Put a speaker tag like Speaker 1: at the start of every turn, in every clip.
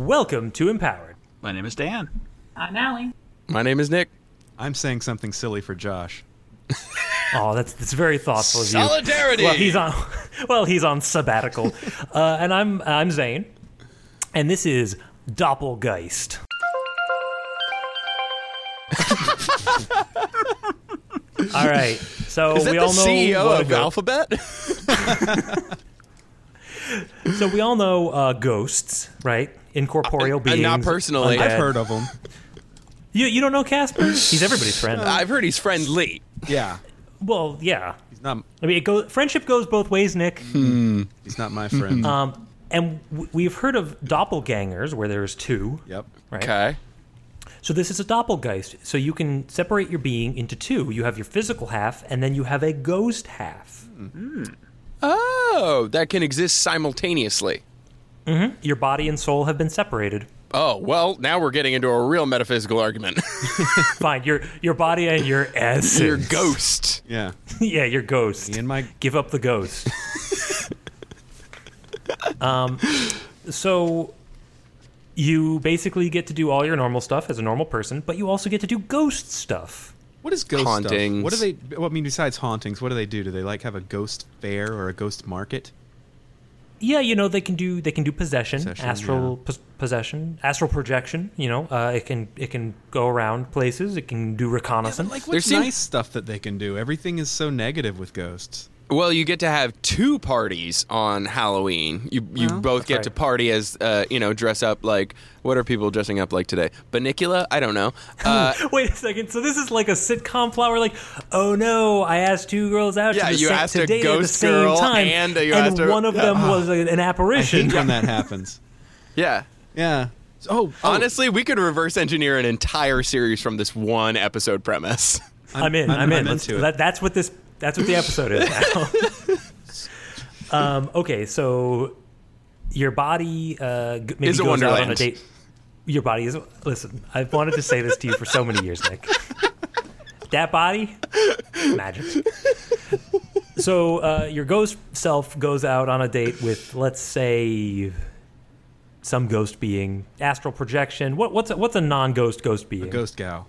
Speaker 1: Welcome to Empowered.
Speaker 2: My name is Dan.
Speaker 3: I'm Allie.
Speaker 4: My name is Nick.
Speaker 5: I'm saying something silly for Josh.
Speaker 1: Oh, that's that's very thoughtful of you.
Speaker 4: Solidarity!
Speaker 1: Well, he's on. Well, he's on sabbatical, uh, and I'm I'm Zane, and this is Doppelgeist. all right, so
Speaker 4: Is that
Speaker 1: we
Speaker 4: the
Speaker 1: all know
Speaker 4: CEO
Speaker 1: what a
Speaker 4: of
Speaker 1: goat-
Speaker 4: Alphabet?
Speaker 1: So we all know uh, ghosts, right? Incorporeal
Speaker 4: Uh,
Speaker 1: beings.
Speaker 4: not personally.
Speaker 5: I've
Speaker 1: Yeah.
Speaker 5: heard of him.
Speaker 1: You you don't know Casper? He's everybody's friend.
Speaker 4: I've heard he's friendly.
Speaker 5: Yeah,
Speaker 1: well, yeah.
Speaker 5: he's not.
Speaker 1: I mean, it goes, friendship goes both ways, Nick.
Speaker 5: He's not my friend.
Speaker 1: Um, and w- we've heard of doppelgangers, where there's two.
Speaker 5: yep.
Speaker 1: Right.
Speaker 4: Okay.
Speaker 1: So this is a doppelgeist. So you can separate your being into two. You have your physical half, and then you have a ghost half.
Speaker 4: Oh, that can exist simultaneously.
Speaker 1: Your body and soul have been separated.
Speaker 4: Oh, well, now we're getting into a real metaphysical argument.
Speaker 1: Fine. Your your body and your essence.
Speaker 4: Your ghost.
Speaker 5: Yeah.
Speaker 1: yeah, your ghost.
Speaker 5: Me and my
Speaker 1: give up the ghost. um, so you basically get to do all your normal stuff as a normal person, but you also get to do ghost stuff.
Speaker 5: what is ghost
Speaker 4: Hauntings.
Speaker 5: stuff? What do they? Well, I mean, besides hauntings, what do they do? Do they like have a ghost fair or a ghost market?
Speaker 1: Yeah, you know they can do they can do possession,
Speaker 5: Possession,
Speaker 1: astral pos- possession, astral projection. You know, uh, it can it can go around places. It can do reconnaissance.
Speaker 5: Like
Speaker 4: There
Speaker 5: what's
Speaker 4: seem-
Speaker 5: nice stuff that they can do? Everything is so negative with ghosts.
Speaker 4: Well, you get to have two parties on Halloween. You you both get
Speaker 1: right.
Speaker 4: to party as uh, you know, dress up like what are people dressing up like today? Banicula? I don't know. Uh,
Speaker 1: Wait a second. So this is like a sitcom flower. Like, oh no, I asked two girls out
Speaker 4: Yeah,
Speaker 1: to the
Speaker 4: you
Speaker 1: set
Speaker 4: asked
Speaker 1: to
Speaker 4: a
Speaker 1: date at the
Speaker 4: ghost
Speaker 1: same
Speaker 4: girl
Speaker 1: time,
Speaker 4: and, uh, you asked her-
Speaker 1: one of them was a- an apparition.
Speaker 5: Hate when that happens.
Speaker 4: yeah.
Speaker 5: Yeah. Oh, oh,
Speaker 4: Honestly, we could reverse engineer an entire series from this one episode premise.
Speaker 1: I'm, in. I'm,
Speaker 5: I'm-
Speaker 1: in.
Speaker 5: I'm
Speaker 1: Let's-
Speaker 5: into it.
Speaker 1: That, that's what this. That's what the episode is now. um, okay, so your body uh, g- maybe
Speaker 4: Is a
Speaker 1: goes out on a
Speaker 4: wonderland.
Speaker 1: date. Your body is. Listen, I've wanted to say this to you for so many years, Nick. That body, magic. So uh, your ghost self goes out on a date with, let's say, some ghost being, astral projection. What, what's a, what's a non-ghost ghost being?
Speaker 5: ghost gal.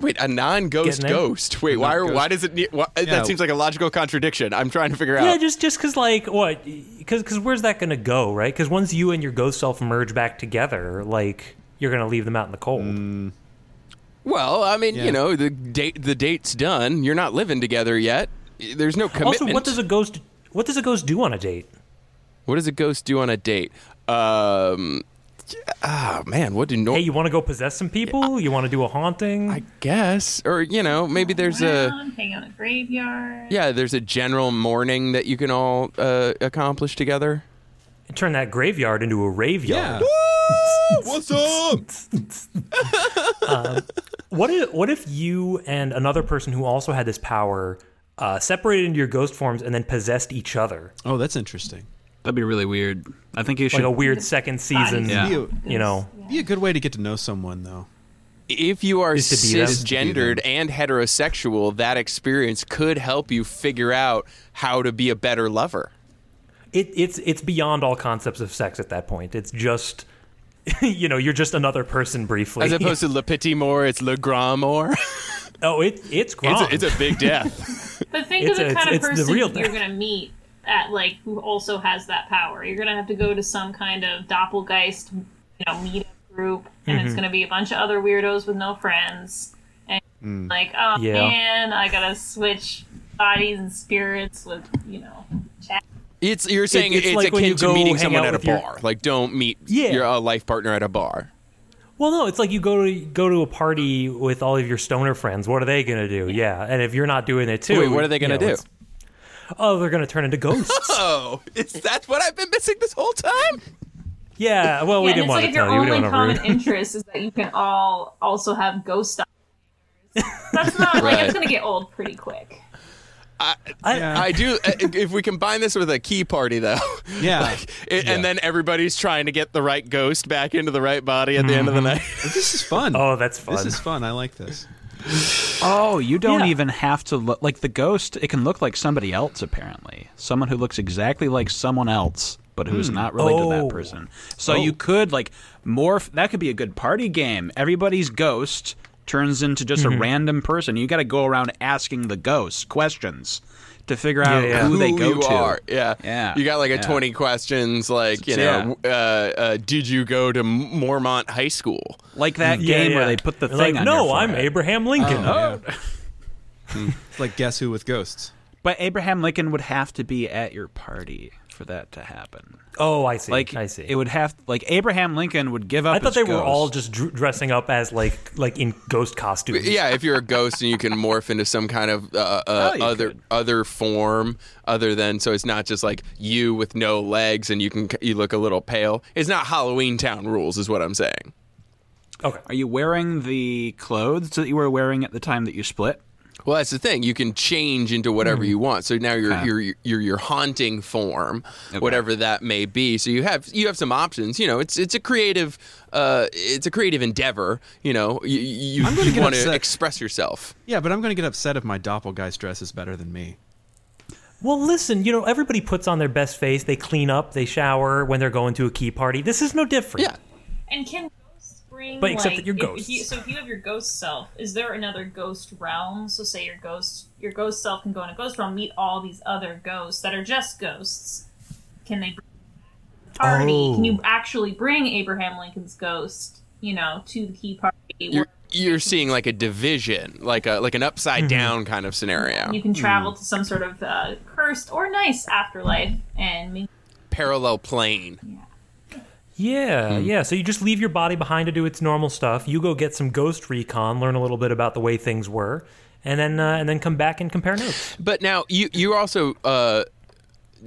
Speaker 4: Wait, a non-ghost
Speaker 1: Getting there?
Speaker 4: ghost. Wait, why? Are,
Speaker 5: non-ghost.
Speaker 4: why does it? need- Why,
Speaker 5: Yeah.
Speaker 4: That seems like a logical contradiction. I'm trying to figure
Speaker 1: Yeah,
Speaker 4: out.
Speaker 1: just just because like what? Because where's that gonna go, right? Because once you and your ghost self merge back together, like you're gonna leave them out in the cold.
Speaker 4: Well, I mean,
Speaker 5: Yeah.
Speaker 4: you know, the date the date's done. You're not living together yet. There's no commitment.
Speaker 1: also, what does a ghost what does a ghost do on a date?
Speaker 4: What does a ghost do on a date? Um, ah, man, what do no?
Speaker 1: Hey, you want to go possess some people? You want to do a haunting?
Speaker 4: I guess, or you know, maybe there's a
Speaker 3: Around, hang out in a graveyard.
Speaker 4: yeah, there's a general mourning that you can all uh, accomplish together.
Speaker 1: Turn that graveyard into a
Speaker 5: Yeah.
Speaker 1: raveyard.
Speaker 5: What's up?
Speaker 1: What if what if you and another person who also had this power uh, separated into your ghost forms and then possessed each other,
Speaker 5: Oh, that's interesting.
Speaker 2: That'd be really weird. I think you should.
Speaker 1: like a weird second season?
Speaker 2: Yeah.
Speaker 5: Be, a,
Speaker 1: You know,
Speaker 5: be a good way to get to know someone, though.
Speaker 4: If you are
Speaker 1: Is to be them.
Speaker 4: cisgendered and heterosexual, that experience could help you figure out how to be a better lover.
Speaker 1: it, it's it's beyond all concepts of sex at that point. It's just you know you're just another person briefly.
Speaker 4: As opposed to Le Petit Mort, it's Le Grand Mort.
Speaker 1: oh, it it's
Speaker 4: It's
Speaker 1: Grom.
Speaker 4: a, it's a big death.
Speaker 3: But think
Speaker 1: It's
Speaker 3: of the
Speaker 1: a-
Speaker 3: kind
Speaker 1: it's- it's
Speaker 3: of
Speaker 1: the
Speaker 3: person
Speaker 1: real
Speaker 3: you're
Speaker 1: thing.
Speaker 3: going to meet at like who also has that power. You're going to have to go to some kind of doppelgeist, you know, meetup group, and
Speaker 1: Mm-hmm.
Speaker 3: it's going to be a bunch of other weirdos with no friends. And
Speaker 4: Mm.
Speaker 3: like, oh
Speaker 1: Yeah.
Speaker 3: man, I gotta switch bodies and spirits with you know. Chat.
Speaker 4: It's you're saying
Speaker 1: it's
Speaker 4: it's,
Speaker 1: like when you
Speaker 4: akin to
Speaker 1: go
Speaker 4: meeting
Speaker 1: hang
Speaker 4: someone
Speaker 1: out
Speaker 4: at a
Speaker 1: with your-
Speaker 4: bar. Like, don't meet
Speaker 1: Yeah.
Speaker 4: your uh, life partner at a bar.
Speaker 1: well, no, it's like you go to go to a party with all of your stoner friends. What are they gonna do? Yeah, and if you're not doing it too,
Speaker 4: Wait, what are they
Speaker 1: you
Speaker 4: gonna
Speaker 1: know,
Speaker 4: do?
Speaker 1: it's- Oh, they're gonna turn into ghosts.
Speaker 4: Oh, is that what I've been missing this whole time?
Speaker 1: yeah, well, we didn't
Speaker 3: yeah, and it's
Speaker 1: want
Speaker 3: like if
Speaker 1: to
Speaker 3: your
Speaker 1: tell you. We
Speaker 3: only
Speaker 1: didn't want
Speaker 3: common
Speaker 1: to ruin.
Speaker 3: interest is that you can all also have ghost. doppelgangers. That's not like
Speaker 4: Right.
Speaker 3: it's gonna get old pretty quick.
Speaker 1: I-
Speaker 5: Yeah.
Speaker 4: I do. uh, If we combine this with a key party, though,
Speaker 5: Yeah.
Speaker 4: it,
Speaker 5: Yeah.
Speaker 4: and then everybody's trying to get the right ghost back into the right body at the end of the
Speaker 1: Mm-hmm.
Speaker 4: night.
Speaker 5: this is fun.
Speaker 1: Oh, that's fun.
Speaker 5: This is fun. I like this.
Speaker 2: oh, you don't
Speaker 1: Yeah.
Speaker 2: even have to look like the ghost. It can look like somebody else. Apparently, someone who looks exactly like someone else. but who's not related to
Speaker 1: Oh.
Speaker 2: that person. So you could like morph. That could be a good party game. Everybody's ghost turns into just
Speaker 1: Mm-hmm.
Speaker 2: a random person. You got to go around asking the ghost questions to figure out
Speaker 1: yeah.
Speaker 2: who, they go
Speaker 4: you
Speaker 2: to.
Speaker 4: Are. Yeah.
Speaker 2: Yeah,
Speaker 4: You got like a
Speaker 2: yeah.
Speaker 4: 20 questions, like, you
Speaker 2: Yeah.
Speaker 4: know, uh, uh, did you go to M- Mormont High School?
Speaker 2: Like that game where they put the
Speaker 1: They're
Speaker 2: thing
Speaker 1: like,
Speaker 2: on your
Speaker 1: No, I'm
Speaker 2: forehead."
Speaker 1: Abraham
Speaker 5: Oh.
Speaker 1: Lincoln.
Speaker 5: It's Hmm. like guess who with ghosts.
Speaker 2: But Abraham Lincoln would have to be at your party for that to happen.
Speaker 1: oh, I see.
Speaker 2: Like
Speaker 1: I see.
Speaker 2: It would have like Abraham Lincoln would give up.
Speaker 1: I thought
Speaker 2: his
Speaker 1: they were
Speaker 2: ghost.
Speaker 1: all just dr- dressing up as like like in ghost costumes.
Speaker 4: Yeah, if you're a ghost and you can morph into some kind of uh, uh,
Speaker 2: Oh, you
Speaker 4: other
Speaker 2: could.
Speaker 4: other form other than so it's not just like you with no legs and you can you look a little pale. It's not Halloween Town rules, is what I'm saying.
Speaker 1: Okay.
Speaker 2: Are you wearing the clothes that you were wearing at the time that you split?
Speaker 4: Well, that's the thing. You can change into
Speaker 5: Hmm.
Speaker 4: whatever you want. So now you're
Speaker 2: Okay.
Speaker 4: you're you're your haunting form, whatever that may be. So you have you have some options. You know, it's it's a creative uh, it's a creative endeavor. You know, you, you,
Speaker 5: I'm gonna
Speaker 4: you
Speaker 5: get
Speaker 4: want to
Speaker 5: upset.
Speaker 4: express yourself.
Speaker 5: Yeah, but I'm going to get upset if my doppelgeist dress is better than me.
Speaker 1: Well, listen, you know, everybody puts on their best face. They clean up, they shower when they're going to a key party. This is no different.
Speaker 4: Yeah.
Speaker 3: And can ghosts bring?
Speaker 1: But except
Speaker 3: like,
Speaker 1: that you're
Speaker 3: if- if you-
Speaker 1: ghosts.
Speaker 3: so if you have your ghost self, is there another ghost realm? So say your ghost, your ghost self can go in a ghost realm, meet all these other ghosts that are just ghosts. Can they bring them to the party?
Speaker 1: Oh.
Speaker 3: Can you actually bring Abraham Lincoln's ghost? You know, to the key party.
Speaker 4: You're
Speaker 3: Where
Speaker 4: you're seeing like a division, like a like an
Speaker 5: Mm-hmm.
Speaker 4: upside down kind of scenario,
Speaker 3: you can travel to some sort of uh, cursed or nice afterlife and meet
Speaker 4: parallel plane.
Speaker 1: Yeah,
Speaker 4: Hmm.
Speaker 1: yeah. So you just leave your body behind to do its normal stuff. You go get some ghost recon, learn a little bit about the way things were, and then uh, and then come back and compare notes.
Speaker 4: But now you you're also uh,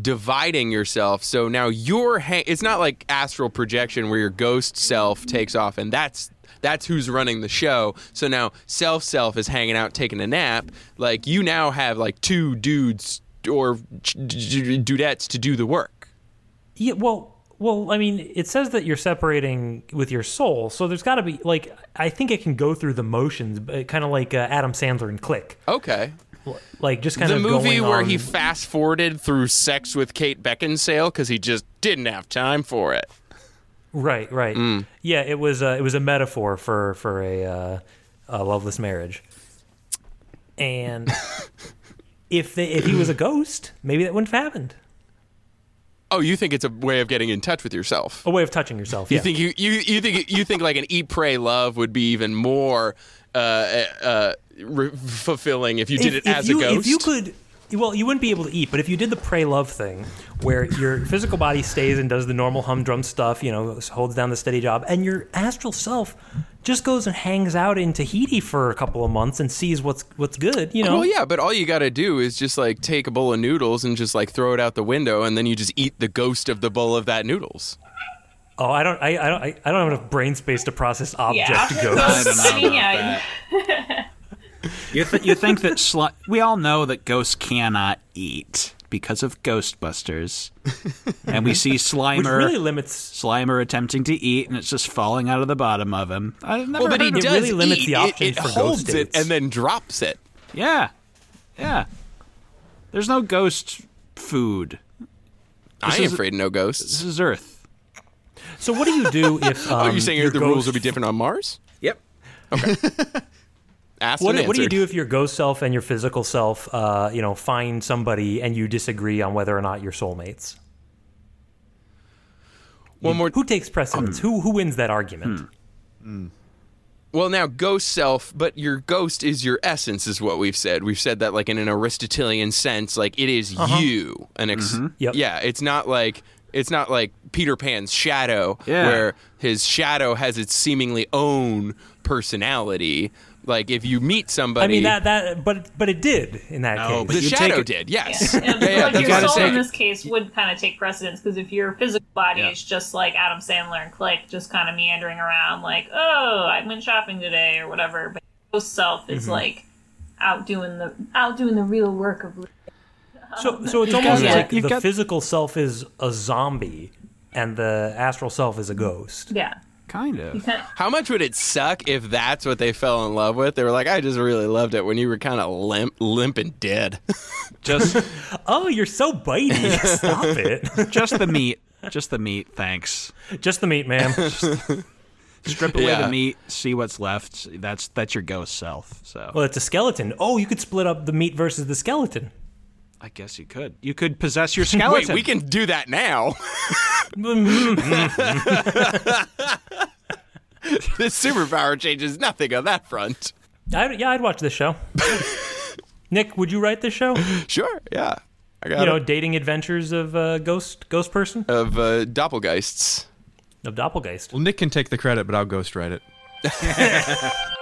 Speaker 4: dividing yourself. So now you're ha- it's not like astral projection where your ghost self takes off and that's that's who's running the show. So now self self is hanging out taking a nap. Like you now have like two dudes or ch- d- d- dudettes to do the work.
Speaker 1: Yeah. Well, well. I mean, it says that you're separating with your soul, so there's got to be like I think it can go through the motions, kind of like uh, Adam Sandler and Click,
Speaker 4: Okay.
Speaker 1: like just kind
Speaker 4: The
Speaker 1: of
Speaker 4: movie
Speaker 1: going
Speaker 4: where
Speaker 1: on-
Speaker 4: he fast forwarded through sex with Kate Beckinsale because he just didn't have time for it.
Speaker 1: Right, right.
Speaker 4: Mm.
Speaker 1: Yeah, it was uh, it was a metaphor for for a, uh, a loveless marriage. And if they, if he was a ghost, maybe that wouldn't have happened.
Speaker 4: Oh, you think it's a way of getting in touch with yourself?
Speaker 1: A way of touching yourself. Yeah.
Speaker 4: You think you, you, you think you think like an eat pray love would be even more uh, uh, re- fulfilling if you did it as
Speaker 1: you,
Speaker 4: a ghost.
Speaker 1: If you could, well, you wouldn't be able to eat, but if you did the pray love thing, where your physical body stays and does the normal humdrum stuff, you know, holds down the steady job, and your astral self just goes and hangs out in Tahiti for a couple of months and sees what's what's good, you know.
Speaker 4: well, yeah, but all you got to do is just like take a bowl of noodles and just like throw it out the window, and then you just eat the ghost of the bowl of that noodles.
Speaker 1: Oh, I don't, I, I don't, I, I don't have enough brain space to process object
Speaker 3: yeah.
Speaker 1: ghosts.
Speaker 2: I don't know
Speaker 3: I mean,
Speaker 2: about
Speaker 3: yeah,
Speaker 2: You, th- you think that sli- we all know that ghosts cannot eat because of Ghostbusters, and we see Slimer
Speaker 1: Which really limits.
Speaker 2: Slimer attempting to eat, and it's just falling out of the bottom of him. I've never
Speaker 4: Well, but
Speaker 2: heard
Speaker 4: he
Speaker 2: of
Speaker 1: it
Speaker 4: does
Speaker 1: really limits
Speaker 4: eat.
Speaker 1: the
Speaker 4: It-
Speaker 1: options
Speaker 4: it,
Speaker 1: for ghost
Speaker 4: holds it
Speaker 1: dates.
Speaker 4: and then drops it.
Speaker 2: Yeah, yeah. There's no ghost food.
Speaker 4: I ain't
Speaker 2: is-
Speaker 4: afraid of no ghosts.
Speaker 2: This is Earth.
Speaker 1: So what do you do if? Um,
Speaker 4: oh, you're saying
Speaker 1: your
Speaker 4: the
Speaker 1: ghost-
Speaker 4: rules will be different on Mars?
Speaker 2: Yep.
Speaker 4: Ask
Speaker 1: What,
Speaker 4: and
Speaker 1: what do you
Speaker 4: answered.
Speaker 1: do if your ghost self and your physical self, uh, you know, find somebody and you disagree on whether or not you're soulmates?
Speaker 4: One more.
Speaker 1: Who takes precedence? who who wins that argument?
Speaker 4: Well, now ghost self, but your ghost is your essence, is what we've said. We've said that like in an Aristotelian sense, like it is
Speaker 2: Uh-huh.
Speaker 4: you. And ex-
Speaker 2: Mm-hmm.
Speaker 1: Yep.
Speaker 4: yeah, it's not like it's not like Peter Pan's shadow,
Speaker 2: Yeah.
Speaker 4: where his shadow has its seemingly own personality. Like if you meet somebody,
Speaker 1: I mean that that, but but it did in that
Speaker 2: No,
Speaker 1: case.
Speaker 4: the
Speaker 2: but you take
Speaker 4: shadow
Speaker 2: it-
Speaker 4: did, yes.
Speaker 3: Yeah,
Speaker 4: Yeah, yeah,
Speaker 3: but
Speaker 4: that's
Speaker 3: your
Speaker 4: what I'm
Speaker 3: soul in
Speaker 4: saying.
Speaker 3: this case would kind of take precedence because if your physical body
Speaker 2: Yeah.
Speaker 3: is just like Adam Sandler and Click, just kind of meandering around, like, oh, I went shopping today or whatever, but your ghost self
Speaker 4: Mm-hmm.
Speaker 3: is like out doing the out doing the real work of. li-
Speaker 1: so so it's almost
Speaker 3: got-
Speaker 1: like
Speaker 2: you've
Speaker 1: the
Speaker 2: got-
Speaker 1: physical self is a zombie and the astral self is a ghost.
Speaker 3: Yeah,
Speaker 2: Kind of.
Speaker 4: How much would it suck if that's what they fell in love with? They were like, I just really loved it when you were kind of limp, limp and dead.
Speaker 2: Just
Speaker 1: Oh, you're so bitey. Stop it.
Speaker 2: just the meat. Just the meat. Thanks.
Speaker 1: Just the meat, man.
Speaker 2: Strip away
Speaker 4: Yeah.
Speaker 2: the meat. See what's left. That's that's your ghost self. So
Speaker 1: Well, it's a skeleton. Oh, you could split up the meat versus the skeleton.
Speaker 2: I guess you could. You could possess your
Speaker 4: Wait,
Speaker 2: skeleton.
Speaker 4: we can do that now.
Speaker 1: Mm-hmm.
Speaker 4: this superpower changes nothing on that front.
Speaker 1: I, yeah, I'd watch this show. Nick, would you write this show? You
Speaker 4: Sure, yeah. I got
Speaker 1: know,
Speaker 4: it.
Speaker 1: dating adventures of uh, ghost ghost person
Speaker 4: Of uh, doppelgeists.
Speaker 1: of doppelgeist.
Speaker 5: Well, Nick can take the credit, but I'll ghostwrite it.